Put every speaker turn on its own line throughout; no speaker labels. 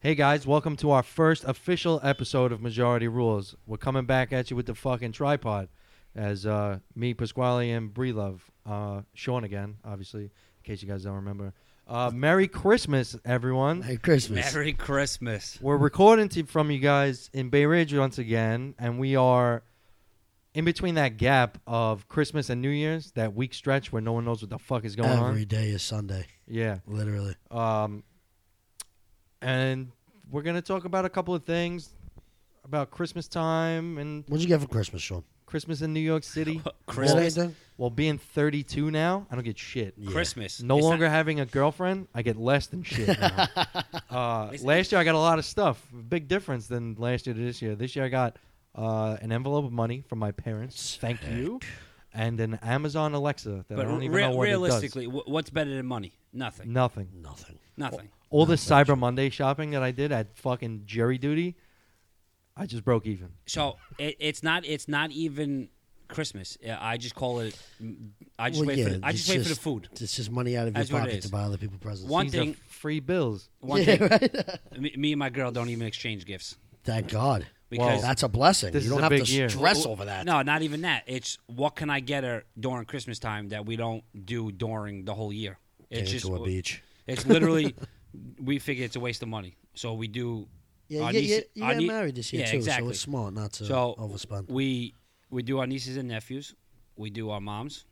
Hey guys, welcome to our first official episode of Majority Rules. We're coming back at you with the fucking tripod, as uh, me, Pasquale, and Breelove, uh, Sean again, obviously, in case you guys don't remember. Uh, Merry Christmas, everyone.
Hey, Christmas.
Merry Christmas.
We're recording to, from you guys in Bay Ridge once again, and we are in between that gap of Christmas and New Year's, that week stretch where no one knows what the fuck is going
Every
on.
day is Sunday,
Yeah.
literally.
Um, and we're gonna talk about a couple of things about Christmas time and
What'd you get for Christmas, Sean?
Christmas in New York City.
Christmas.
Is that anything?
well, being 32 now, I don't get shit.
Yeah.
Christmas.
No
It's
longer
Not,
having a girlfriend, I get less than shit. Now. uh,
It's-
last year I got a lot of stuff. Big difference than last year to this year. This year I got uh, an envelope of money from my parents. Thank you. And an Amazon Alexa that I
but
don't even
re-
know what
realistically, wh- what's better than money?
it does.
Nothing.
Nothing.
Nothing.
Nothing.
All the Cyber Monday shopping that I did at fucking jury duty, I just broke even.
So it, it's not. It's not even Christmas. Yeah, I just call it. mm, I just
Well,
wait
yeah,
for. The, I
it's
just wait for the food.
It's just money out of your
That's what it
pocket to
is.
buy other people presents.
One
These are
thing-
free bills.
One
Yeah,
thing.
right?
Me, me and my girl don't even exchange gifts
Thank God.
because
That's a blessing.
This
you
is
don't
a
have
big
to
year.
stress over that.
No, not even that. It's what can I get her during Christmas time that we don't do during the whole year.
Take
It's
it
just.
to a beach.
It's literally. we figure it's a waste of money, so we do.
Yeah,
our
you,
niece-
you, you
our
got
nie-
married this year
yeah,
too,
exactly.
so it's smart not to
So
overspend.
We we do our nieces and nephews, we do our moms,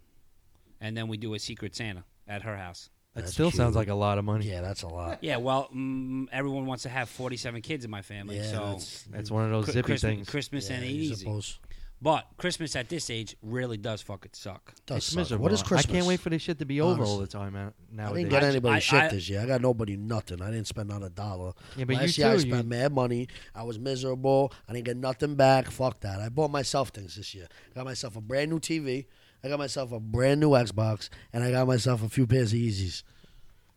and then we do a secret Santa at her house.
That
That's
still sounds
cute.
like a lot of money.
yeah, that's a lot.
Yeah, well, mm, everyone wants to have forty-seven kids in my family,
yeah,
so
that's,
That's one of those
Chri-
zippy
Christmas,
things.
Christmas
yeah,
ain't
you
easy.
suppose.
But Christmas at this age really does fucking suck.
Does
it's
suck.
miserable.
What is Christmas?
I can't wait for this shit to be over all
Honestly.
the time man,
I
nowadays.
didn't get anybody
I-
shit
I-
this year. I got nobody nothing. I didn't spend not a dollar.
Yeah, but you
Last year I
too, you-
spent mad money. I was miserable. I didn't get nothing back. Fuck that. I bought myself things this year. I got myself a brand new TV. I got myself a brand new Xbox, and I got myself a few pairs of Yeezys.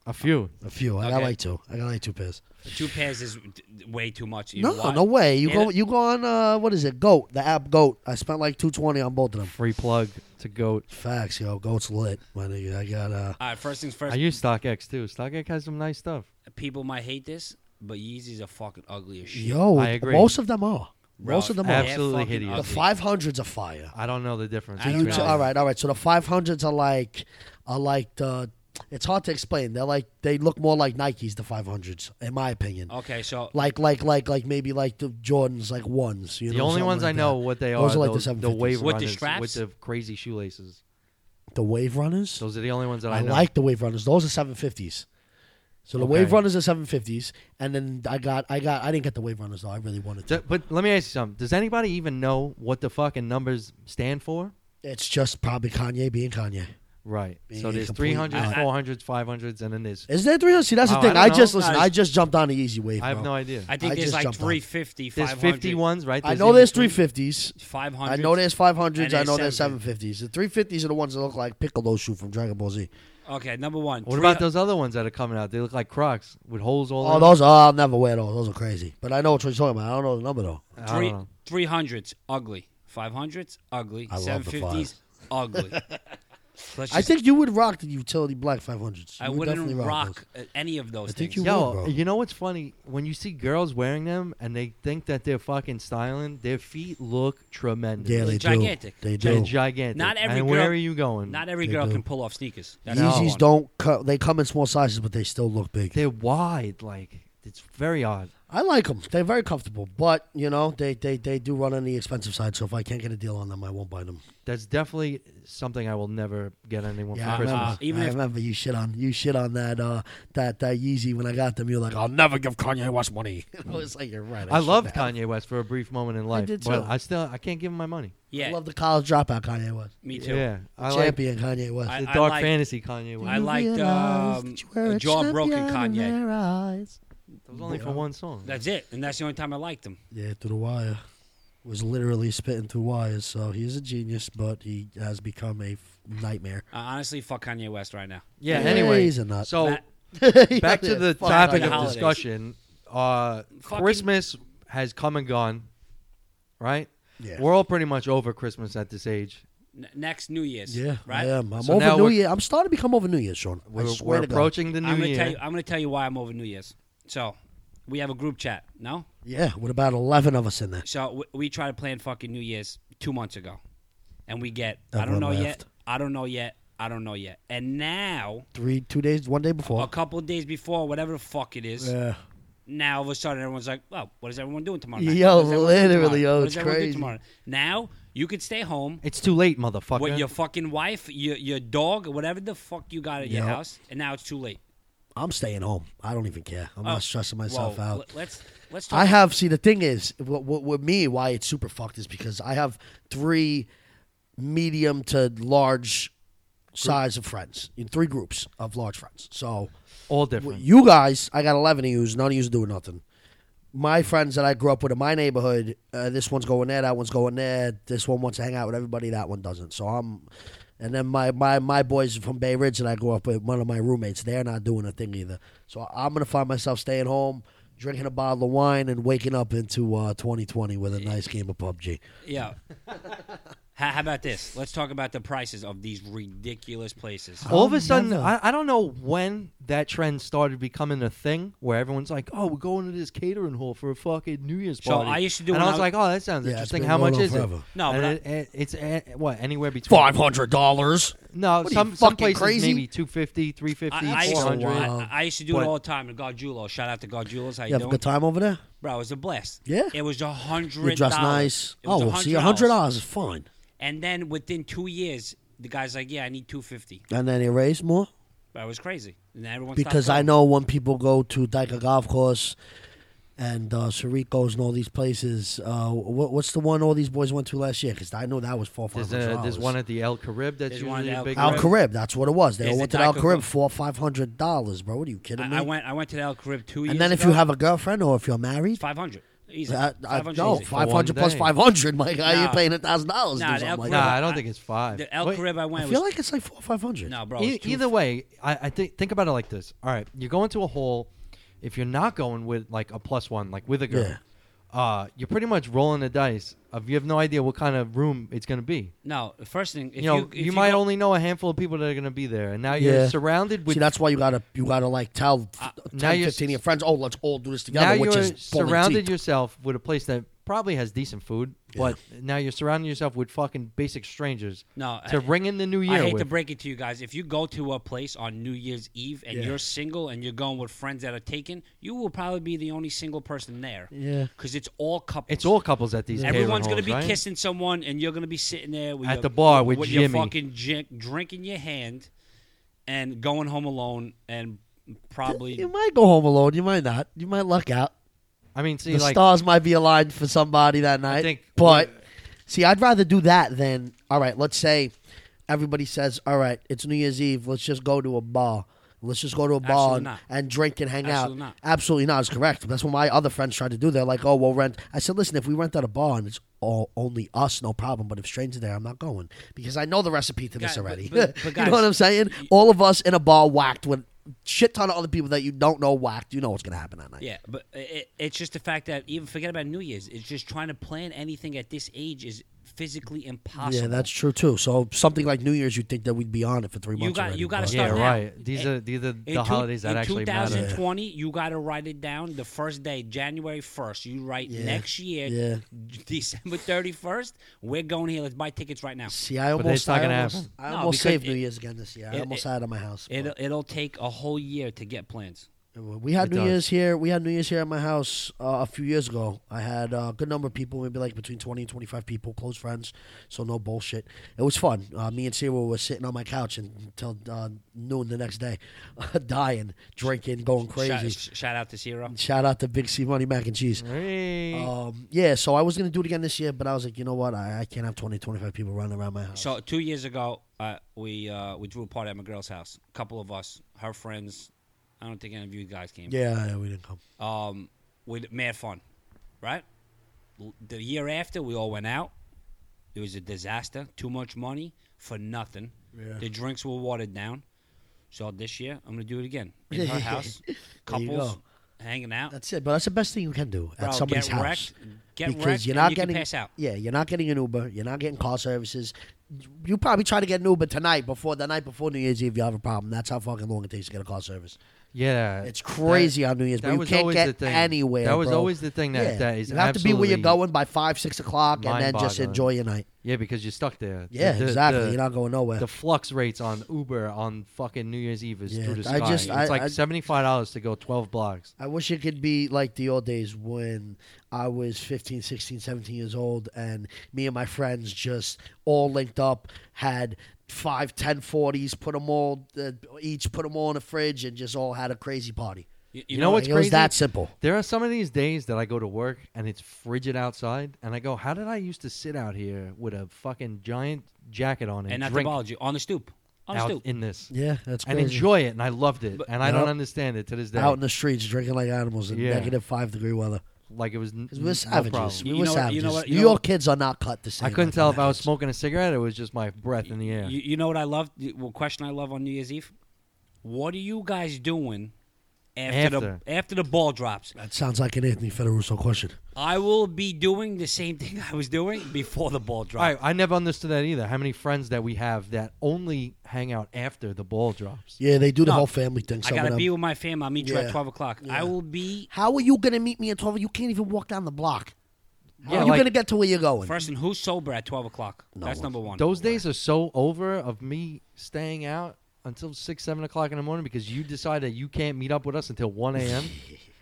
a few.
A few. I got
Okay.
like two. I got like two pairs.
Two pairs is d- way too much. You know
no,
why?
no way. You
Yeah,
go.
that-
You go on. Uh, what is it? Goat. The app Goat. I spent like two twenty on both of them.
Free plug to GOAT.
Facts, yo. Goat's lit, my nigga. I got. Uh,
All right, first things
I
first.
use StockX too. StockX has some nice stuff.
people might hate this, but Yeezys are fucking ugly as shit.
yo.
I agree.
Most of them are.
Bro,
most of them
they're
are.
abs- Absolutely
fucking
hideous.
The
ugly.
five hundreds are fire.
I don't know the difference.
I don't
You
between
t-
know.
them.
all right, all right. So the five hundreds are like are like the. It's hard to explain. They're like they look more like Nikes. The five hundreds, in my opinion.
Okay, so
Like like like like maybe like the Jordans, like ones. You
The
know,
only
something
ones
like
I know
that.
what they
Those
are.
are like the
those, the
750s.
wave
With the
runners with
straps?
the crazy shoelaces.
The Wave Runners.
Those are the only ones that I,
I,
know.
like the Wave Runners. Those are seven fifties. So the
Okay.
Wave Runners are seven fifties, and then I got I got I didn't get the Wave Runners though. I really wanted to.
D- but let me ask you something. Does anybody even know what the fucking numbers stand for?
It's just probably Kanye being Kanye.
Right.
Being
so
a
there's
complete
300s,
nut.
400s, 500s, and then there's.
Is there three hundred? See, that's
Oh,
the thing.
I
I,
don't
just
know.
listen.
No,
I just jumped on the easy wave.
I have
bro.
no idea.
I think
I
there's
just
like
jumped on.
350,
there's
500.
51s, right?
I know there's three
in-between.
fifties.
500.
I know there's 500s.
And
I
there's
know there's
750s.
750s. The 350s are the ones that look like Piccolo shoe from Dragon Ball
Oh,
Z.
Okay, number one.
What
three-
about those other ones that are coming out? They look like Crocs with holes all
Oh,
in them.
those are, I'll never wear those. Those are crazy. But I know what you're talking about. I don't know the number, though.
I don't
Three,
know.
300s, ugly. 500s, ugly.
I love the
750s, ugly. Let's
I
just-
think you would rock the utility black 500s.
I
You would
wouldn't
definitely
rock
those.
uh, any of those
I think
things.
you would.
Yo,
bro.
you know what's funny? When you see girls wearing them and they think that they're fucking styling, their feet look tremendous.
Yeah, they
Gigantic.
do. They
They're
do.
gigantic.
Not every
and
girl-
where are you going?
Not every
They
girl
do.
can pull off sneakers. That's
No.
Yeezys
one.
don't cut. They come in small sizes, but they still look big.
They're wide. Like it's very odd.
I like them. They're very comfortable, but you know they, they, they do run on the expensive side. So if I can't get a deal on them, I won't buy them.
That's definitely something I will never get anyone
Yeah, I
for Christmas.
remember.
even
I
if-
remember you shit on you shit on that uh that that Yeezy when I got them. You're like, I'll never give Kanye West money. Mm. I was like, you're right.
I
should
loved
have.
Kanye West for a brief moment in life,
did
but
too.
I still I can't give him my money.
Yeah,
I love the college dropout Kanye was.
me too.
Yeah, I like
Champion Kanye was.
the
I
dark
like-
fantasy Kanye West.
I liked, um, a jaw-broken Kanye.
it was only for one song.
That's it. And that's the only time I liked them.
Yeah, through the wire. Was literally spitting through wires, so he's a genius, but he has become a f- nightmare.
Uh, honestly, fuck Kanye West right now.
yeah.
Yeah,
Anyway,
he's a nut.
so
That-
back to the
Fuck
topic
the
of
holidays.
discussion. Uh,
Fucking-
Christmas has come and gone, right?
Yeah.
We're all pretty much over Christmas at this age.
N- next New Year's.
Yeah,
right.
I am. I'm
So now
over New
we're-
Year. I'm starting to become over New Year, Sean.
We're,
I swear
we're
to God.
approaching the
I'm
new
gonna
year.
tell you. I'm gonna tell you why I'm over New Year's. So, We have a group chat. No,
Yeah, with about 11 of us in there.
so we, we try to plan fucking New Year's two months ago, and we get
Everyone
I don't know yet.
left.
I don't know yet. I don't know yet. And now
Three, two days, one day
a
before. Uh,
couple of days before, whatever the fuck it is,
Oh. Yeah.
now all of a sudden everyone's like, "Well, what is everyone doing tomorrow?"
Yo,
night? What does everyone do
literally,
tomorrow?
yo,
What
it's
does everyone do
crazy.
tomorrow? Now you could stay home
It's too late, motherfucker.
with your fucking wife, your your dog, whatever the fuck you got at your
Yeah.
house, and now it's too late.
I'm staying home. I don't even care. I'm
Oh,
not stressing myself
whoa,
out.
let- Let's let's talk.
I have. See, the thing is, what, what, with me, why it's super fucked is because I have three medium to large size of friends in three groups of large friends. So
All
w-
different.
you guys, I got eleven of yous. None of yous doing nothing. My friends that I grew up with in my neighborhood, uh, this one's going there, that one's going there. This one wants to hang out with everybody, that one doesn't. So I'm, and then my my my boys from Bay Ridge that I grew up with, one of my roommates, they're not doing a thing either. So I'm gonna find myself staying home, drinking a bottle of wine, and waking up into uh, 2020 with a nice game of PUBG.
yeah. how, how about this? Let's talk about the prices of these ridiculous places.
all of
I'll
a sudden,
Um, never-
I, I don't know when that trend started becoming a thing where everyone's like, "Oh, we're going to this catering hall for a fucking New Year's
So
party."
I used to do
and
when
I
I
was
was-
like, "Oh, that sounds
Yeah, it's
interesting.
been
How
going
much
on
is
forever.
it?"
No,
And
but I-
it, it- it's eh, what anywhere between
Five hundred dollars.
No,
What are you,
some some
fucking
places
crazy?
maybe 250, 350,
I, I, used to,
400.
I, I used to do
But-
it all the time at Gargiulo. Shout out to Gargiulo's. How you
You have a
doing?
good time over there.
Bro, it was a blast.
Yeah.
It was a hundred
You dress nice.
dollars. It was
Oh, well, see, a hundred dollars is fine.
And then within two years, the guy's like, yeah, I need 250
And then he raised more.
That was crazy. And then everyone stopped
because I
going.
know when people go to Dyke Golf Course and uh, Sirico's and all these places. Uh, what, what's the one all these boys went to last year? Because I know that was four
There's,
five hundred
a,
dollars.
there's one at the El Carib that's
There's one
usually
at
a
El
big
Al
Carib.
crowd.
Carib. That's what it was. They
Is
all
it
went to
Dyke
Al
Golf
Carib
Course?
four five hundred dollars, bro. What are you kidding me?
I, I went. I went to the El Carib two years.
and then if you have a girlfriend or if you're married.
five hundred, easy.
I, I,
500
no,
easy.
five hundred
For
plus
one day.
five hundred. My guy, you're
Nah.
paying a thousand dollars.
Nah,
to do something
the El
like
No,
Carib.
that.
I don't
I-
think it's five.
The El
Wait,
Carib I went.
I feel
was,
like it's like four five hundred.
no, bro. it
E-
was two-
either way, I, I think think about it like this. All right, you're going to a hole. If you're not going with like a plus one, like with a girl, uh, you're pretty much rolling the dice. Of you have no idea what kind of room it's going to be.
no. the First thing,
you
if
know,
you,
you,
if
might
go-
only know a handful of people that are going to be there, and now you're
Yeah.
surrounded with.
See, that's why you gotta you gotta like tell
Uh,
10,
now you're
15 of your friends, oh, let's all do this
now
together. Which
you're
is pulling
surrounded
teeth.
yourself with a place that probably has decent food, but now you're surrounding yourself with fucking basic strangers
No,
to
I-
ring in the new year
I hate
with.
to break it to you guys. If you go to a place on New Year's Eve and
Yeah.
you're single and you're going with friends that are taken, you will probably be the only single person there.
Yeah.
Because it's all couples.
it's all couples at these. catering
Everyone's gonna
halls,
be
right?
kissing someone, and you're going to be sitting there with
At
your-
the bar with
your
Jimmy.
fucking drink, drink in your hand, and going home alone, and probably
You might go home alone. You might not. You might luck out.
I mean, see,
The
like
stars might be aligned for somebody that night.
think-
but see, I'd rather do that than all right. Let's say everybody says, "All right, it's New Year's Eve. Let's just go to a bar. Let's just go to a bar
Absolutely
and,
not.
and drink and hang
Absolutely
out."
not.
Absolutely not. It's correct. That's what my other friends tried to do. They're like, "Oh, we'll rent." I said, "Listen, if we rent out a bar and it's all only us, no problem. But if strangers there, I'm not going because I know the recipe to this
Guy- but-
already.
but- but
you know
guys,
what I'm saying? All of us in a bar whacked with shit ton of other people that you don't know whacked. You know what's gonna happen that night.
Yeah, but i- i it's just the fact that even forget about New Year's. It's just trying to plan anything at this age is physically impossible.
Yeah, that's true too. So something like New Year's, you'd think that we'd be on it for three
You
months.
got-
already,
you gotta
but-
yeah,
start now.
right. These
In-
are these are
In
the
two-
holidays that
in
actually matter.
2020, you got to write it down the first day, January 1st. You write
Yeah.
next year,
Yeah.
December 31st. We're going here. Let's buy tickets right now.
See, I almost,
it's not gonna
I almost,
happen.
I
No,
almost
because
saved
it-
New Year's again this year. I
it-
almost
it-
had it at my house.
It'll it'll take a whole year to get plans.
but we had
it
New
does.
Year's here. We had New Year's here at my house uh, a few years ago. I had uh, a good number of people, maybe like between twenty and twenty-five people, close friends. So no bullshit. It was fun. Uh, me and Sarah were sitting on my couch until uh, noon the next day, dying, drinking, going crazy.
Shout, sh- shout out to Zero.
Shout out to Big C Money Mac and Cheese.
Hey.
Um, yeah, so I was going to do it again this year, but I was like, you know what? I, I can't have 20, 25 people running around my house.
So two years ago, uh, we uh, we drew a party at my girl's house. A couple of us, her friends. I don't think any of you guys came.
yeah, yeah, we didn't come.
um, with mad fun, right? L- The year after, we all went out. It was a disaster. Too much money for nothing.
Yeah.
The drinks were watered down. So this year, I'm gonna do it again in her house.
you
Couples
go.
hanging out.
That's it, but that's the best thing you can do at
Bro,
somebody's
get
house.
wrecked. Get
because
wrecked.
you're
and
not
you can
getting
pass out.
yeah, you're not getting an Uber. You're not getting car services. You probably try to get an Uber tonight before the night before New Year's Eve. You have a problem. That's how fucking long it takes to get a car service.
Yeah,
It's crazy on New Year's,
that
but you
was
can't
always
get
the thing.
anywhere.
That was
bro.
always the thing that
Yeah.
that is
you have to be where you're
absolutely-
going by five, six o'clock, and then just
mind-boggling.
enjoy your night.
Yeah, because you're stuck there.
Yeah,
The- the-
exactly.
the-
you're not going nowhere.
the flux rates on Uber on fucking New Year's Eve is
Yeah,
through the sky.
I just-
it's
I-
like
I-
seventy five dollars to go twelve blocks.
I wish it could be like the old days when I was 15, 16, 17 years old, and me and my friends just all linked up, had five, 10 40s, put them all, uh, each put them all in the fridge, and just all had a crazy party.
You,
You know
what?
what's
it was
crazy?
that simple.
There are some of these days that I go to work and it's frigid outside, and I go, "How did I used to sit out here with a fucking giant jacket on and,
And not the
drink
biology on the stoop. On the
out
stoop.
in this
Yeah, that's
and
crazy.
enjoy it?" And I loved it,
But-
and I don't
Yep.
understand it to this day.
out in the streets drinking like animals in
Yeah.
negative five degree weather.
like it was n-
'Cause we're
no
savages.
problem.
You
We were
know what-
savages.
you know what- you
New
know
York
what-
kids are not cut the same.
I couldn't
like
tell if
Americans.
I was smoking a cigarette. It was just my breath in the air.
You, you know what I love? The well, question I love on New Year's Eve? What are you guys doing after, the after the ball drops?
That sounds like an Anthony Federuso question.
I will be doing the same thing I was doing before the ball dropped.
I, I never understood that either. How many friends that we have that only hang out after the ball drops?
Yeah, they do the
No.
whole family thing.
I
some of
gotta
them.
be with my family. I'll meet you
Yeah.
at twelve o'clock. I will be
How are you going to meet me at 12? You can't even walk down the block. How
Yeah,
are you
like-
going to get to where you're going?
first and who's sober at twelve o'clock. That's number one.
Those days are so over of me staying out until six, seven o'clock in the morning because you decide that you can't meet up with us until one a.m.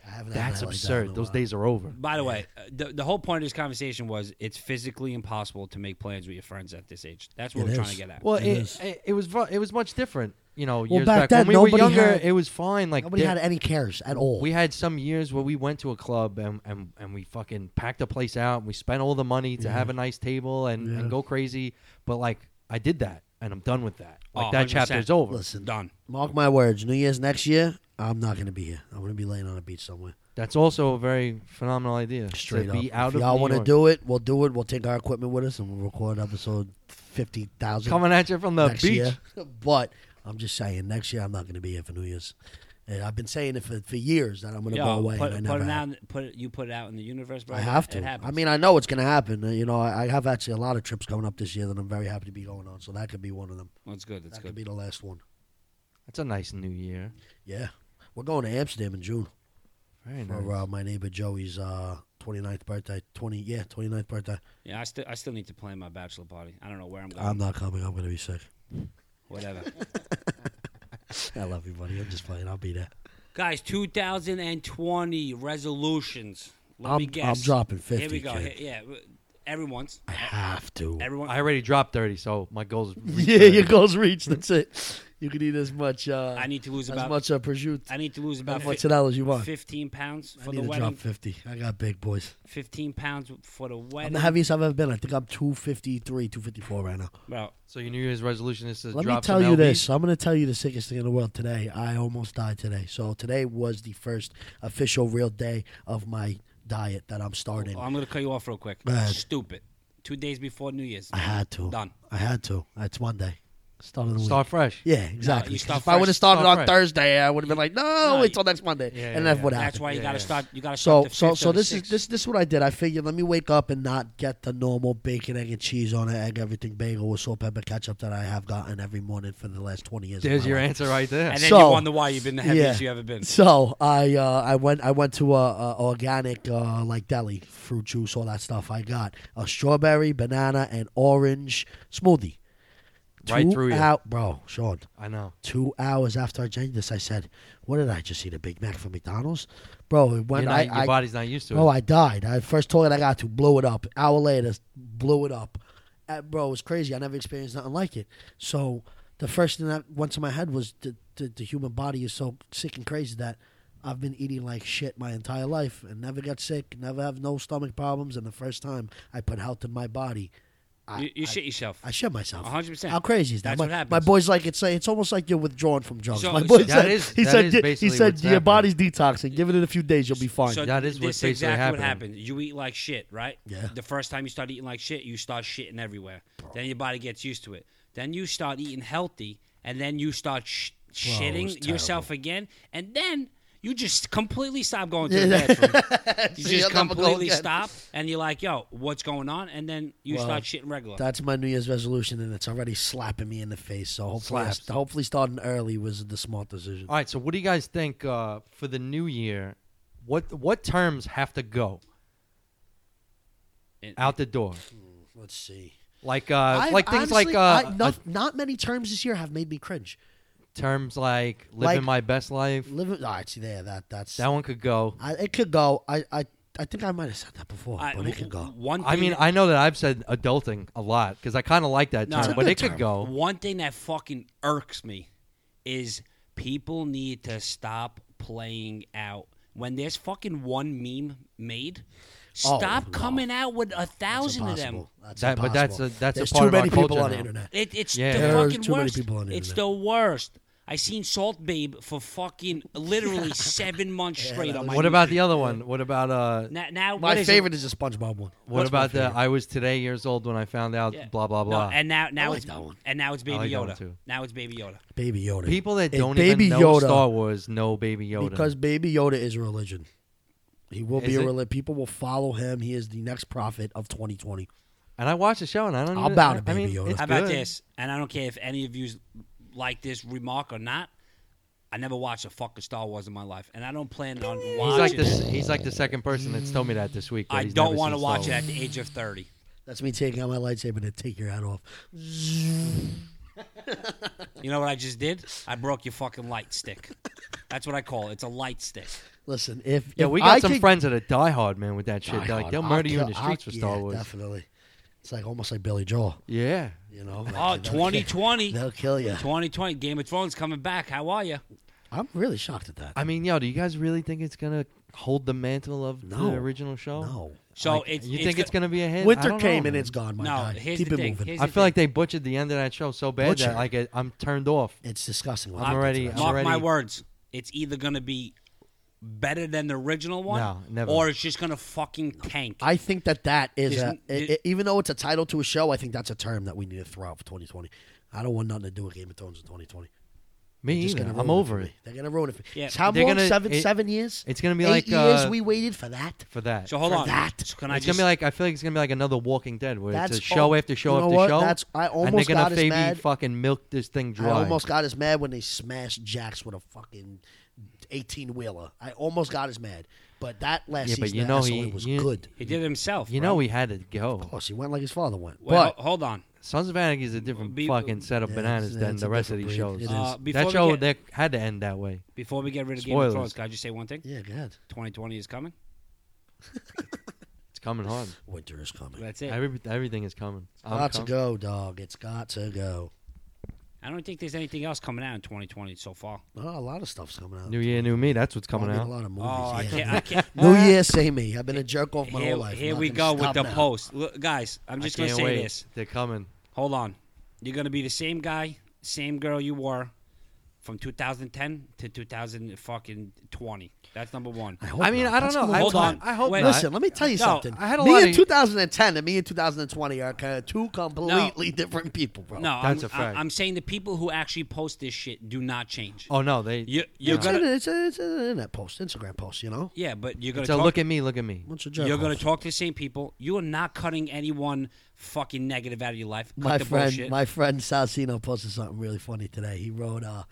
I
That's
haven't had a night like that in
absurd.
a
Those
while.
days are over.
By the way, uh, the, the whole point of this conversation was it's physically impossible to make plans with your friends at this age. That's what
It
we're
is.
trying to get at.
Well,
It
it,
is.
it, it was fu- it was much different, you know. years
back
back,
then,
when we were
nobody
younger,
had-
it was fine. Like
Nobody
there-
had any cares at all.
we had some years where we went to a club and, and, and we fucking packed a place out and we spent all the money to have a nice table and, and go crazy. But like I did that and I'm done with that. Like
Oh,
that
100%.
chapter's over.
Listen,
Done.
mark my words. New Year's next year, I'm not going to be here. I'm going to be laying on a beach somewhere.
That's also a very phenomenal idea.
Straight
to
up.
be out
if
of
y'all
New
wanna
York.
do it, we'll do it. We'll take our equipment with us and we'll record episode 50,000.
coming at you from the
next
beach.
year. But I'm just saying, next year I'm not going to be here for New Year's. And I've been saying it for, for years that I'm going to
Yo,
go away.
put,
and I
put
never
it
have.
out. Put it, you put it out in the universe, bro.
I have
It
to.
happens.
I mean, I know it's going to happen. Uh, You know, I, I have actually a lot of trips coming up this year that I'm very happy to be going on. So that could be one of them.
that's good. That's
that
good.
could be the last one.
That's a nice New Year.
Yeah, we're going to Amsterdam in June
Very nice.
for uh, my neighbor Joey's uh, 29th birthday. 20 yeah, 29th birthday.
yeah, I still I still need to plan my bachelor party. I don't know where I'm going.
I'm not coming. I'm going to be sick.
Whatever,
I love you, buddy. I'm just playing. I'll be there.
guys. 2020 resolutions. Let
I'm,
me guess.
I'm dropping 50.
Here we go.
kid.
Here- yeah, w- everyone's.
I have to.
Everyone.
I already dropped thirty, so my goal is reached
yeah,
30.
your goal's reached. That's it. You can eat as much. Uh,
I need to lose
as
about.
much uh, prosciutto.
I need to lose
How
about
much
fif-
dollars you want?
15 pounds
I
for
need
the
to
wedding.
drop 50. I got big boys.
15 pounds for the wedding.
I'm the heaviest I've ever been. I think I'm 253, 254 right now.
Bro,
So your New Year's resolution is to
Let me
drop
tell
some
you
LBs?
this. I'm going to tell you the sickest thing in the world today. I almost died today. So today was the first official real day of my diet that I'm starting.
I'm gonna cut you off real quick.
Go ahead.
Stupid. Two days before New Year's.
I had to.
Done.
I had to. It's Monday. Start of the
Start
week.
fresh.
Yeah, exactly.
you
'Cause
start
if I would have
fresh.
started
Start
on
fresh.
Thursday, I would have been like, no,
No,
wait
you-
till next Monday.
Yeah,
and
yeah,
that's what
yeah.
happened.
That's why you
Yeah,
gotta
yeah.
start. You gotta
So
start. the
so
fifth
so
or the
this is
sixth.
this this is what I did. I figured let me wake up and not get the normal bacon, egg, and cheese on an egg everything bagel with salt, pepper, ketchup that I have gotten every morning for the last twenty years. of
There's
my
your
life.
answer right there.
And then
so-
you wonder why you've been the heaviest you ever been.
So I uh, I went I went to a, a organic uh, like deli fruit juice all that stuff. I got a strawberry, banana, and orange smoothie.
Right
Two
through you.
out, bro, Sean.
I know.
Two hours after I drank this, I said, "What did I just eat? A Big Mac from McDonald's, bro?" It went.
You're
I,
not- your
I,
body's not used to it.
Oh, I died. I first toilet I got to blew it up. Hour later, blew it up. Uh, bro, it was crazy. I never experienced nothing like it. So the first thing that went to my head was the, the, the human body is so sick and crazy that I've been eating like shit my entire life and never got sick, never have no stomach problems. And the first time I put health in my body, I,
you you
I,
shit yourself.
I shit myself.
100%.
How crazy is that?
That's
my,
what happens.
my boy's like it's like, it's almost like you're withdrawing from drugs.
So-
my boy
so-
That
said,
is-
he
that
said
is
y- he
basically
said
what's
your
happening.
body's detoxing. Give it in a few days, you'll be fine.
so
That is what's
this
basically
exactly what
happening.
happens. You eat like shit, right?
Yeah.
The first time you start eating like shit, you start shitting everywhere. Then your body gets used to it. Then you start eating healthy, and then you start sh-
Bro, it was
shitting yourself again, and then You just completely stop going to the bathroom. you
So
just
you'll never go
completely
again.
stop, and you're like, "Yo, what's going on?" And then you
Well,
start shitting regular.
That's my New Year's resolution, and it's already slapping me in the face. So hopefully,
Slaps.
hopefully, starting early was the smart decision.
All right. So, what do you guys think uh, for the new year? What what terms have to go
And-
out the door?
Let's see.
Like uh,
I-
like things like
honestly,
uh,
I-
uh,
not, not many terms this year have made me cringe.
terms like living
Like-
my best life.
Living, all right, ah, see there, that that's
That one could go.
I, it could go. I, I I think I might have said that before,
I-
but it could go.
One. Thing
I mean, I know that I've said adulting a lot because I kind of like that
No, it's
term,
a
but
good
it could
term.
go.
One thing that fucking irks me is people need to stop playing out. When there's fucking one meme made,
Oh,
stop
no.
coming out with a
That's
thousand of them.
impossible. That's
That- but that's
impossible.
a- that's a
There's
part
too
of our
many people
culture
on the
now.
internet.
It, it's
Yeah.
the
There
are
fucking
too many
worst.
people on the
it's the
internet.
worst. I seen Salt Babe for fucking literally seven months straight. on my
What about the other one? What about uh?
now? now
My
what is it?
favorite is the SpongeBob one.
What
That's my
about the?
favorite.
I was today years old when I found out.
Yeah.
Blah blah
No,
blah.
and now now
like
it's
that one.
and now it's Baby
like that one
Yoda.
too.
Now it's Baby Yoda.
Baby Yoda?
People that
If
don't
Baby
even know
Yoda-
Star Wars know Baby Yoda.
because Baby Yoda is a religion. He will be
Is
a
it?
religion. People will follow him. He is the next prophet of 2020.
and I watched the show and I don't.
I'll
even,
bow
I-
to
I
Baby
mean,
Yoda.
it's
How about
good.
this? And I don't care if any of you like this remark or not. I never watched a fucking Star Wars in my life, and I don't plan on
He's like
watching.
this. He's like the second person that's told me that this week. that
I
he's
don't
never
want to
seen
watch it
Star
at the age of thirty.
That's me taking out my lightsaber to take your hat off.
You know what I just did? I broke your fucking light stick. That's what I call it. It's a light stick.
Listen, if
Yeah,
if
we got
I
some
could-
friends that are diehard, man, with that shit.
Die
They're like
Hard,
they'll
I'll
murder you in
kill-
the streets
I'll-
for Star
yeah,
Wars.
Definitely, it's like almost like Billy Joel.
Yeah.
You know, like,
Oh,
they'll kill-
2020.
They'll kill you.
2020 Game of Thrones coming back. How are you?
I'm really shocked at that.
I mean, yo, do you guys really think it's gonna hold the mantle of
No.
the original show?
No,
So it's
You think it's
go-
gonna Oh be a hit? I
winter
don't
came
know,
and
man.
it's gone. My
No,
God,
here's
keep
the
it
thing.
moving.
Here's
I
the
feel like
thing.
they butchered the end of that show so bad
Butchered.
that like it, I'm turned off.
it's disgusting.
I'm already-
It's
I'm
Mark my
already-
words. It's either gonna be better than the original one,
No, never.
or it's just gonna fucking tank.
I think that that is,
There's
a,
n- there-
i- i- even though it's a title to a show, I think that's a term that we need to throw out for 2020. I don't want nothing to do with Game of Thrones in 2020.
Me
They're just
either.
gonna
I'm
ruin
over
for
it.
me. They're gonna ruin it. For
Yeah,
It's how
they're
long?
gonna-
seven,
it-
seven years.
it's gonna be
Eight
like,
years
uh,
we waited for that.
For that.
so hold
for
on.
that.
So Can I
it's
just
gonna be like I feel like it's gonna be like another Walking Dead where
That's
it's a show
all-
after show
you know
after
what?
show.
That's- I
and they're
almost
gonna
got as
maybe
mad-
fucking milk this thing dry.
I almost got as mad when they smashed Jax with a fucking eighteen wheeler. I almost got as mad, but that last
Yeah, but
season
you
that
know
SLE
he-
was
you-
good.
he did it himself?
you
bro.
know he had to go.
Of course, he went like his father went.
Wait, ho-
but
hold on.
Sons of Anarchy is a different
Be-
fucking set of
Yeah,
bananas
it's-
than
it's
the
a
rest of these shows.
different breed. It
Uh, is. before
that
we
show
get-
that had to end that way.
Before we get rid of Game of
Spoilers.
Thrones, can I just say one thing?
yeah, go ahead.
2020 is coming.
It's coming hard.
Winter is coming.
That's it.
Every, everything is coming. I'm
got to
com-
go, dog. It's got to go.
I don't think there's anything else coming out in 2020 so far.
Oh, a lot of stuff's coming out.
New year, new me. That's what's coming
Probably A
out.
lot of movies.
Oh, I
yeah.
can't. I can't.
New Year, say me. I've been a jerk off my
Here,
whole life.
here
Not
we go
gonna
with
stop
the
now.
post. Look, guys, I'm
I
just gonna
can't
say
wait.
this.
They're coming.
Hold on. You're gonna be the same guy, same girl you were from 2010 to 2000 fucking 20. That's number one.
hope
I mean,
not.
I
That's
don't know.
gonna
I,
Hold
I-
on.
I hope
Wait,
not.
Listen, let me tell you
No,
something.
I had a
me
lot
in
of-
2010 and me in 2020 are kind of two completely different people, bro.
No,
That's
I'm,
a fact.
I'm saying the people who actually post this shit do not change.
Oh no, they.
You,
no.
you're
it's,
gonna,
an, it's, a, it's an internet post, Instagram post. You know,
yeah, but you're gonna
It's a
talk,
look at me, look at me.
Bunch of jerk
you're gonna
offs.
talk to the same people. You are not cutting anyone fucking negative out of your life. Cut
My
the
friend,
bullshit.
my friend Salcino posted something really funny today. He wrote, uh,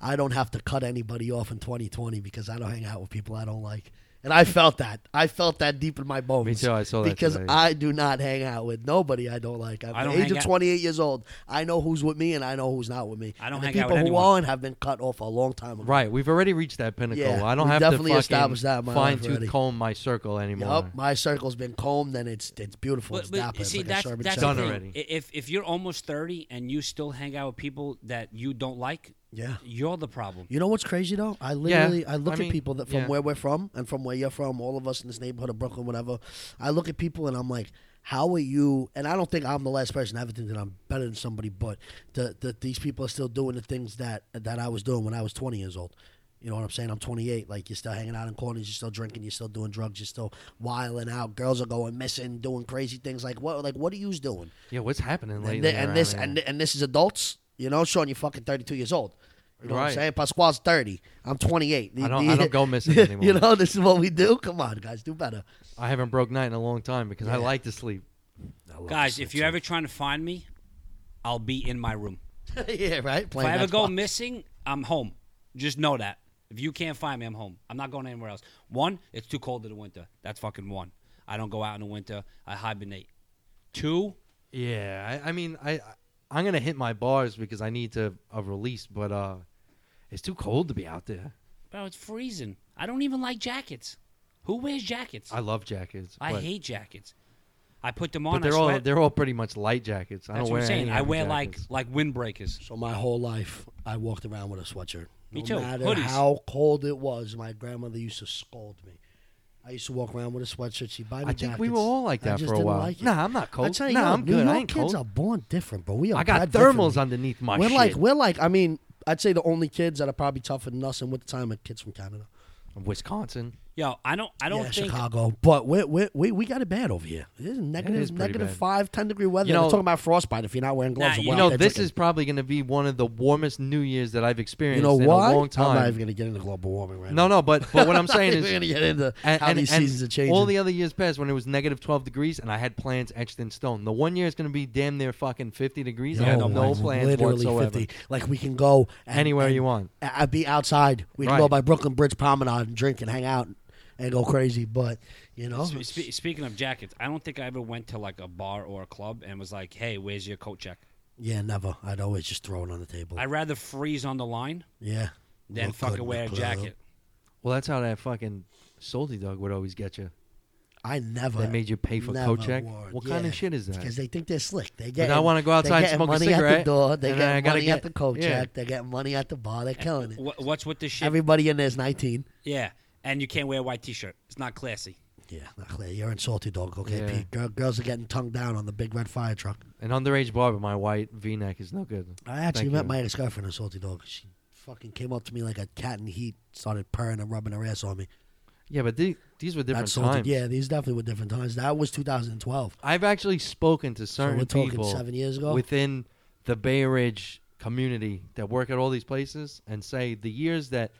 "I don't have to cut anybody off in 2020 because I don't hang out with people I don't like." And I felt that. I felt that deep in my bones.
too, I saw that
because
today.
I do not hang out with nobody I don't like. I'm
I don't
the age
hang
of
out-
28 years old. I know who's with me and I know who's not with me.
I don't
and the
hang out
people
with
who
anyone.
aren't have been cut off a long time ago.
Right, we've already reached that pinnacle.
Yeah,
I don't
we
have to
definitely
fucking
established that in my life
fine tooth
already.
comb my circle anymore.
Yup, my circle's been combed and it's it's beautiful.
But,
it's
but
dapper. it's
see,
like
that's,
a sherbet
that's
Done
the
circle.
thing.
already.
I- If if you're almost thirty and you still hang out with people that you don't like,
Yeah.
you're the problem.
You know what's crazy though? I literally I
Mm-hmm.
look
I mean,
at people that from
yeah.
where we're from and from where you're from, all of us in this neighborhood of Brooklyn, whatever. I look at people and I'm like, how are you? And I don't think I'm the last person to ever think that I'm better than somebody, but that the, these people are still doing the things that that I was doing when I was 20 years old. You know what I'm saying? I'm 28. Like you're still hanging out in corners, you're still drinking, you're still doing drugs, you're still wiling out. Girls are going missing, doing crazy things. Like what? Like what are you doing?
Yeah, what's happening
and,
lately?
thi- and
around
this
here?
and, thi- and this is adults. You know, Sean, you're fucking 32 years old. You know what I'm
Right.
saying? Pasquale's 30. I'm 28.
I don't- I don't go missing anymore.
you know, this is what we do. Come on, guys, do better.
I haven't broke night in a long time because I
Yeah.
like to sleep.
Guys, if you're ever trying to find me, I'll be in my room.
yeah, right.
If I
Playing
ever go
Xbox.
missing, I'm home. Just know that. If you can't find me, I'm home. I'm not going anywhere else. One, it's too cold in the winter. That's fucking one. I don't go out in the winter. I hibernate. Two,
Yeah, I, I mean, I I- I'm gonna hit my bars because I need to a release, but uh, it's too cold to be out there.
bro, it's freezing. I don't even like jackets. Who wears jackets?
I
I,
love jackets. but,
hate jackets. I put them on.
But they're
I
all
sweat.
they're all pretty much light jackets. I
That's
don't
what
wear
I'm saying.
any
I
heavy
wear
jackets.
like like windbreakers.
So my whole life, I walked around with a sweatshirt.
Me
no
too.
Matter
Hoodies.
how cold it was, my grandmother used to scold me. I used to walk around with a sweatshirt. She'd buy me
I think we
jackets.
were all like
I
that
just
for a
didn't
while.
Like it.
Nah, I'm not cold.
I tell you,
Nah,
yo,
I'm
New
good. I
York
ain't
kids
cold.
are born different, bro. We are
I got
bred
thermals
differently.
underneath my
we're
shit.
like we're like I mean I'd say the only kids that are probably tougher than us and with the time are kids from Canada,
Wisconsin.
Yo, I don't. I don't
yeah,
think.
Chicago. But we we we we got it bad over here. It is negative
is pretty
negative
bad.
five ten degree weather.
You know-
We're talking about frostbite if you're not wearing gloves.
Nah,
and
you
You
we're
Wow,
know,
out there
this
drinking.
is probably going to be one of the warmest New Years that I've
you
experienced
know
in
why
a long
I'm
time.
not even gonna get into global warming right now.
no, no, but but what I'm saying
we're
is,
gonna get into
and,
how
and-
these
and
seasons are changing.
all the other years past when it was negative 12 degrees and I had plans etched in stone. The one year is going to be damn near fucking 50 degrees. I have
No,
no
it's
plans
literally
whatsoever.
50. Like we can go and-
Anywhere
and
you want.
I- I'd be outside. We can
Right.
go by Brooklyn Bridge Promenade and drink and hang out and go crazy. But you know,
Spe- spe- speaking of jackets, I don't think I ever went to like a bar or a club and was like, "Hey, where's your coat check?"
yeah, never. I'd always just throw it on the table.
I'd rather freeze on the line
yeah. Look
than
good
fucking
in
wear a
the club.
jacket.
Well, that's how that fucking salty dog would always get you.
I never.
They made you pay for
never
coat check?
wore-
What kind of shit is that?
Because they think they're slick. They
But
get.
I wanna go outside and smoke a
money at the
cigarette,
door. They
and then I
get
gotta
money
get-
at the coat
yeah.
check. They get money at the bar. They're killing it.
Wha- What's with this shit?
Everybody in there's 19.
yeah, and you can't wear a white t-shirt. It's not classy.
Yeah, not clear. You're in salty dog. Okay,
Yeah.
Pete. Girl, girls are getting tongued down on the big red fire truck.
An underage barber, my white V-neck is no good.
I actually
Thank
met
you.
my ex girlfriend in Salty Dog. She fucking came up to me like a cat in heat, started purring and rubbing her ass on me.
Yeah, but the- these were different
That's Salty.
times.
Yeah, these definitely were different times. That was 2012.
I've actually spoken to
So we're
certain
talking
people
seven years ago.
within the Bay Ridge community that work at all these places and say the years that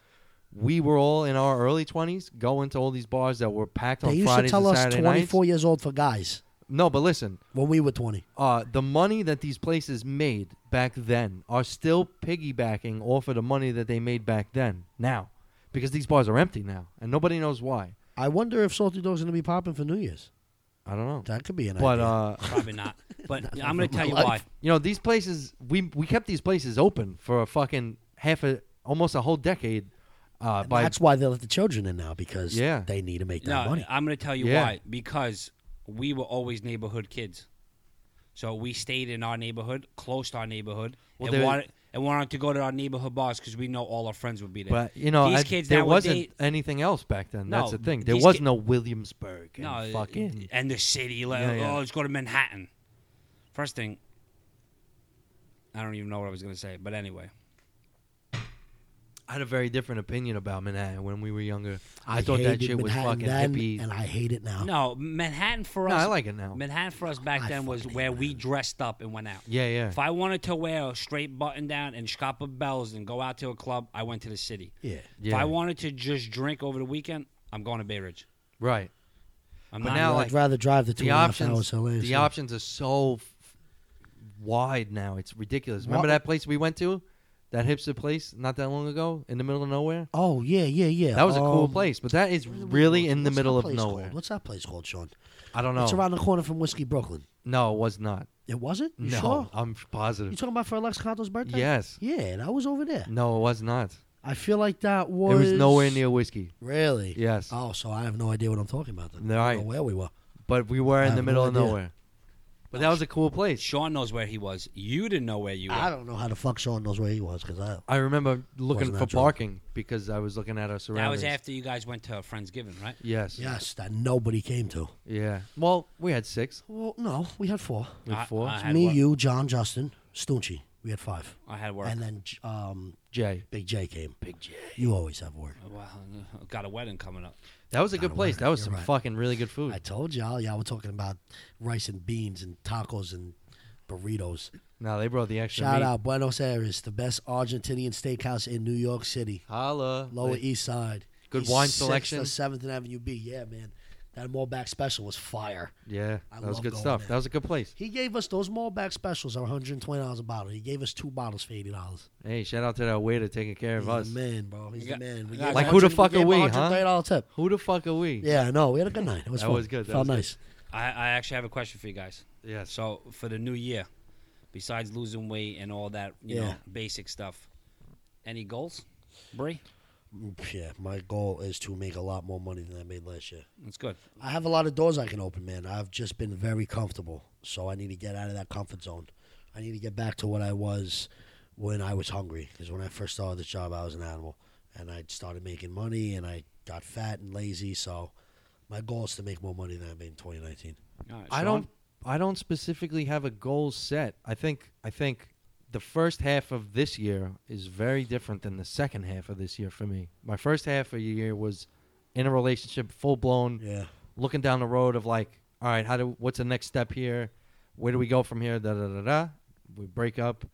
we were all in our early 20s going to all these bars that were packed
they
on
used
Fridays
to tell
and
us
Saturday
24
nights.
years old for guys
No, but listen,
when we were 20.
uh, the money that these places made back then are still piggybacking off of the money that they made back then now because these bars are empty now and nobody knows why.
I wonder if Salty Dog's going to be popping for New Year's.
I don't know.
That could be an
But
idea.
uh,
Probably not. But I'm gonna
for my
tell you
life.
why.
You know, these places we we kept these places open for a fucking half a almost a whole decade. Uh,
And
by
that's why they let the children in now because
Yeah.
they need to make that
No,
money.
I'm gonna tell you
Yeah.
why. Because we were always neighborhood kids, so we stayed in our neighborhood, close to our neighborhood,
Well,
and
there-
wanted and wanted to go to our neighborhood bars because we know all our friends would be there.
but you know,
these
I-
kids
there
nowadays-
wasn't anything else back then. that's
No,
the thing. There
these
was
ki-
no Williamsburg. And
No,
fucking.
and the city. Like,
Yeah, yeah.
Oh, let's go to Manhattan. First thing, I don't even know what I was gonna say, but anyway,
I had a very different opinion about Manhattan when we were younger. I,
I
thought that
hated
shit was
Manhattan
fucking
then,
hippie.
and I hate it now.
no, Manhattan for us.
No, I like it now.
Manhattan for us back
I
then was
fucking hate
where we dressed up and went out.
Yeah, yeah.
If I wanted to wear a straight button down and shop at Bell's and go out to a club, I went to the city.
Yeah.
If
Yeah.
I wanted to just drink over the weekend, I'm going to Bay Ridge.
Right.
I'm
But
not.
now,
I'd
like,
rather drive the two
The
and a half hours
options.
to LA.
The options are so f- wide now. It's ridiculous. Remember
What-
that place we went to, that hipster place not that long ago in the middle of nowhere.
Oh yeah, yeah, yeah.
That was a cool
Um,
place, but that is
Where do we
really
go?
in the
What's
middle
that
of
place
nowhere.
Called? What's that place called, Sean?
I don't know.
It's around the corner from Whiskey Brooklyn.
no, it was not.
It wasn't? You
no,
sure?
I'm
You
positive.
talking about for Alex Conto's birthday?
Yes.
Yeah, that was over there.
No, it was not.
I feel like that
It
was.
was nowhere near whiskey.
Really?
Yes.
Oh, so I have no idea what I'm talking about. Then.
No,
I
I-
don't know where we were.
But we were in
have
the
no
middle of
idea.
nowhere. But that was a cool place.
Sean knows where he was. You didn't know where you were.
I don't know how the fuck Sean knows where he was because I.
I remember looking
Wasn't
for
that true?
parking because I was looking at our
that
surroundings.
was after you guys went to Friendsgiving, right?
Yes.
Yes, that nobody came to.
Yeah. Well, we had six.
Well, no, we had four.
We had
I-
four.
I-
It's
had
me,
one.
you, John, Justin, Stunchy. We had five,
I had work.
and then J- um,
Jay.
Big J came.
Big J.
You always have work.
Well, got a wedding coming up.
That was a good
Gotta
place.
work.
That was
You're
some
right.
fucking really good food.
I told y'all, y'all were talking about rice and beans and tacos and burritos.
No, they brought the extra
Shout
meat.
out Buenos Aires, the best Argentinian steakhouse in New York City,
Holla.
Lower
Like,
East Side.
Good
East
wine
Sixth or
selection.
Seventh and Avenue B. Yeah, man, that mall back special was fire.
Yeah,
I
that was
love
good
going
stuff.
there.
That was a good place.
He gave us those mall back specials are 120 dollars a bottle. He gave us two bottles for 80 dollars.
Hey, shout out to that waiter taking care
He's
of us.
the man, bro. He's
Yeah.
the man. We
Like,
gave
like, who the
100
fuck
gave
are we,
him a
huh?
$130 tip.
Who the fuck are we?
Yeah, no, we had a good night. It was
That
fun.
was good. That was
Felt
good.
nice.
I, I actually have a question for you guys.
Yes.
So for the new year, besides losing weight and all that, you
Yeah.
know, basic stuff, any goals, Bray?
Mm, Yeah, my goal is to make a lot more money than I made last year.
That's good.
I have a lot of doors I can open, man. I've just been very comfortable, so I need to get out of that comfort zone. I need to get back to what I was when I was hungry. Because when I first started this job, I was an animal, and I started making money, and I got fat and lazy. So my goal is to make more money than I made in 2019.
All right,
I
Sean?
don't. I don't specifically have a goal set. I think. I think the first half of this year is very different than the second half of this year for me. My first half of the year was in a relationship, full blown,
Yeah,
looking down the road of like, all right, how do? What's the next step here? Where do we go from here? Da da da da. We break up,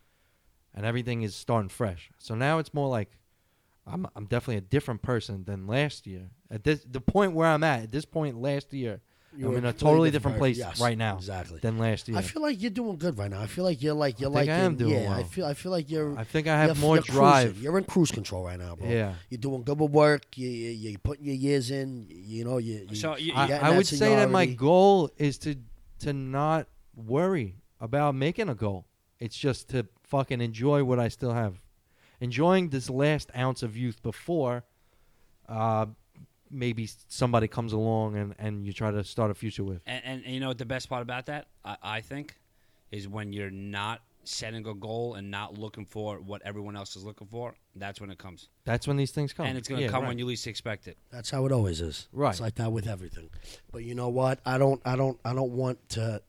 and everything is starting fresh. So now it's more like. I'm, I'm definitely a different person than last year. At this the point where I'm at, at this point last year, I'm
were
in a
completely
totally different
person.
place
Yes,
right now
Exactly.
than last year.
I feel like you're doing good right now. I feel like you're like you're
think
like
I am
in-
doing
yeah. I
well.
feel I feel like you're.
I think I have
you're-
more
you're cruising.
drive.
You're in cruise control right now, bro.
Yeah.
you're doing good with work. You, you, you're putting your years in. You know, you. you
So you-
you're
I,
getting
I
that
would say that my
seniority.
goal is to to not worry about making a goal. It's just to fucking enjoy what I still have, enjoying this last ounce of youth before, uh, maybe somebody comes along and and you try to start a future with.
And, and, and you know what the best part about that, I, I think, is when you're not setting a goal and not looking for what everyone else is looking for. That's when it comes,
That's when these things come,
and it's going to
Yeah,
come
right.
when you least expect it.
That's how it always is.
Right.
It's like that with everything. But you know what? I don't I don't I don't want to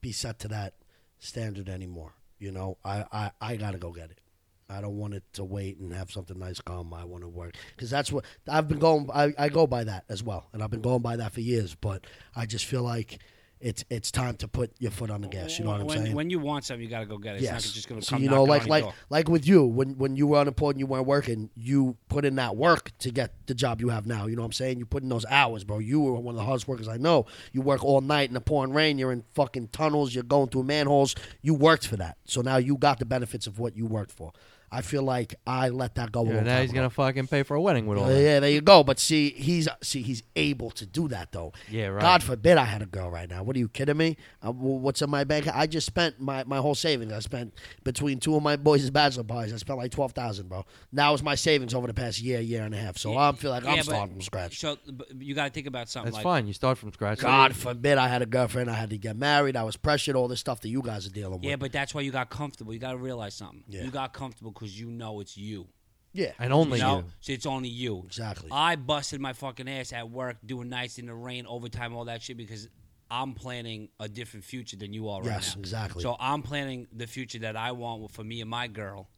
be set to that standard anymore. You know, I I, I gotta go get it. I don't want it to wait and have something nice come. I want to work because that's what I've been going. I, I go by that as well, and I've been going by that for years. But I just feel like it's it's time to put your foot on the gas. You know what I'm
when,
saying?
When you want something, you got to go get it.
yes.
It's not just going to
so
come.
you know,
knocking
like
on your
like
door.
like with you, when when you were unemployed and you weren't working, you put in that work to get the job you have now. You know what I'm saying? You put in those hours, bro. You were one of the hardest workers I know. You work all night in the pouring rain. You're in fucking tunnels. You're going through manholes. You worked for that, so now you got the benefits of what you worked for. I feel like I let that go. a
Yeah,
long
now
time
he's
ago.
gonna fucking pay for a wedding with all
Uh,
that.
yeah, there you go. But see, he's see he's able to do that though.
Yeah, right.
God forbid I had a girl right now. What are you kidding me? Uh, wh- what's in my bank? I just spent my, my whole savings. I spent between two of my boys' bachelor parties. I spent like twelve thousand, bro. That was my savings over the past year, year and a half. So I feel like
Yeah,
I'm
but-
starting from scratch.
So but you got to think about something.
That's
like,
fine. You start from scratch.
God forbid I had a girlfriend. I had to get married. I was pressured. All this stuff that you guys are dealing with.
Yeah, but that's why you got comfortable. You got to realize something.
Yeah.
You got comfortable because you know it's you.
yeah,
and only
No,
you.
So it's only you.
Exactly.
I busted my fucking ass at work doing nights in the rain, overtime, all that shit because I'm planning a different future than you are right
Yes,
now.
exactly.
So I'm planning the future that I want for me and my girl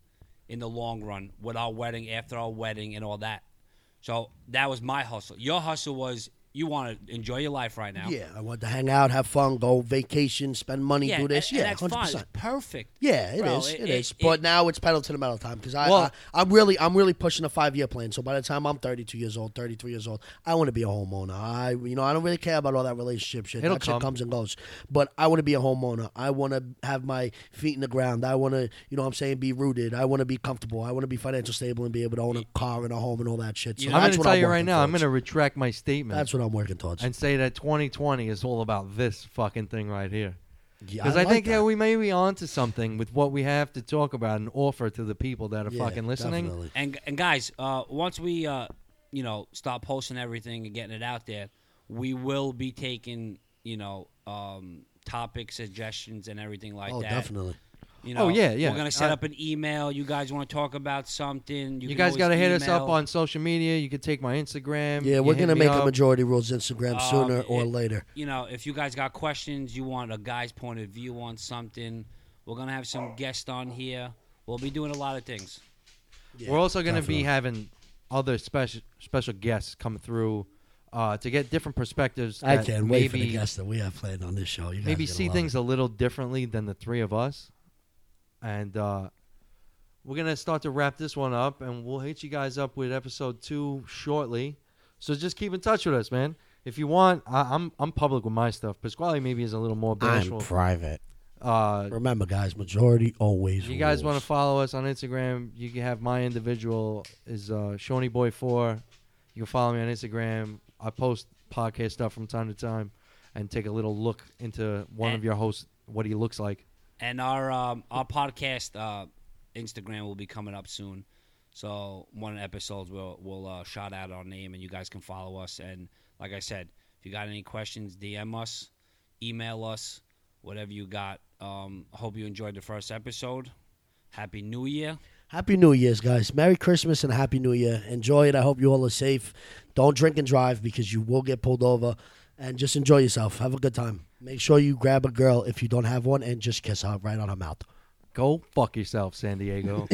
in the long run with our wedding, after our wedding, and all that. So that was my hustle. Your hustle was you want to enjoy your life right now.
yeah. I want to hang out, have fun, go vacation, spend money, do this.
and-
yeah,
and that's
hundred
fine.
percent.
It's perfect.
Yeah, it is.
Bro,
it is. But
it-
now it's pedal to the metal time because I,
Well-
I I'm really I'm really pushing a five year plan. So by the time I'm 32 years old, 33 years old, I want to be a homeowner. I you know I don't really care about all that relationship shit.
It'll
that
come.
shit comes and goes. But I want to be a homeowner. I want to have my feet in the ground. I want to you know what I'm saying be rooted. I want to be comfortable. I want to be financial stable and be able to own a car and a home and all that shit. So
I'm
that's
gonna
what
tell
I'm
you
working
right now. I'm
towards.
gonna retract my statement.
That's what I'm working towards.
and say that 2020 is all about this fucking thing right here.
Yeah,
Because I,
like
think
that.
yeah, we may be onto something with what we have to talk about and offer to the people that are
Yeah,
fucking listening.
definitely.
And and guys, uh, once we uh, you know stop posting everything and getting it out there, we will be taking you know um, topic suggestions and everything like
Oh,
that.
definitely.
You know,
Oh, yeah, yeah.
We're gonna set
I-
up an email. You guys want to talk about something?
You,
can
guys
always
got to hit us up
email.
on social media. You can take my Instagram.
Yeah,
you
we're
hit
gonna
me
make a
up. Oh,
majority rules Instagram
Um,
sooner or
it-
later.
You know, if you guys got questions, you want a guy's point of view on something, we're gonna have some guests on here. We'll be doing a lot of things.
We're also going to be having other special special guests come through uh, to get different perspectives.
I
that
can't
maybe,
wait for the guests that we have planned on this show. You guys
Maybe
are gonna
see
love it.
things a little differently than the three of us, and uh, we're gonna start to wrap this one up, and we'll hit you guys up with episode two shortly. So just keep in touch with us, man. If you want, I, I'm I'm public with my stuff. Pasquale maybe is a little more
I'm
bashful.
private.
uh,
Remember, guys, majority always.
if you guys want
rules.
to follow us on Instagram, you can have my individual is uh, Shoney Boy Four. You can follow me on Instagram. I post podcast stuff from time to time, and take a little look into one of
And-
your hosts, what he looks like.
And our um, our podcast uh, Instagram will be coming up soon. So one of the episodes will will uh, shout out our name, and you guys can follow us. And like I said, if you got any questions, DM us, email us, whatever you got. Um, hope you enjoyed the first episode. Happy New Year.
Happy New Year's, guys. Merry Christmas and Happy New Year. Enjoy it. I hope you all are safe. Don't drink and drive because you will get pulled over. And just enjoy yourself. Have a good time. Make sure you grab a girl if you don't have one and just kiss her right on her mouth.
Oh. Go fuck yourself, San Diego.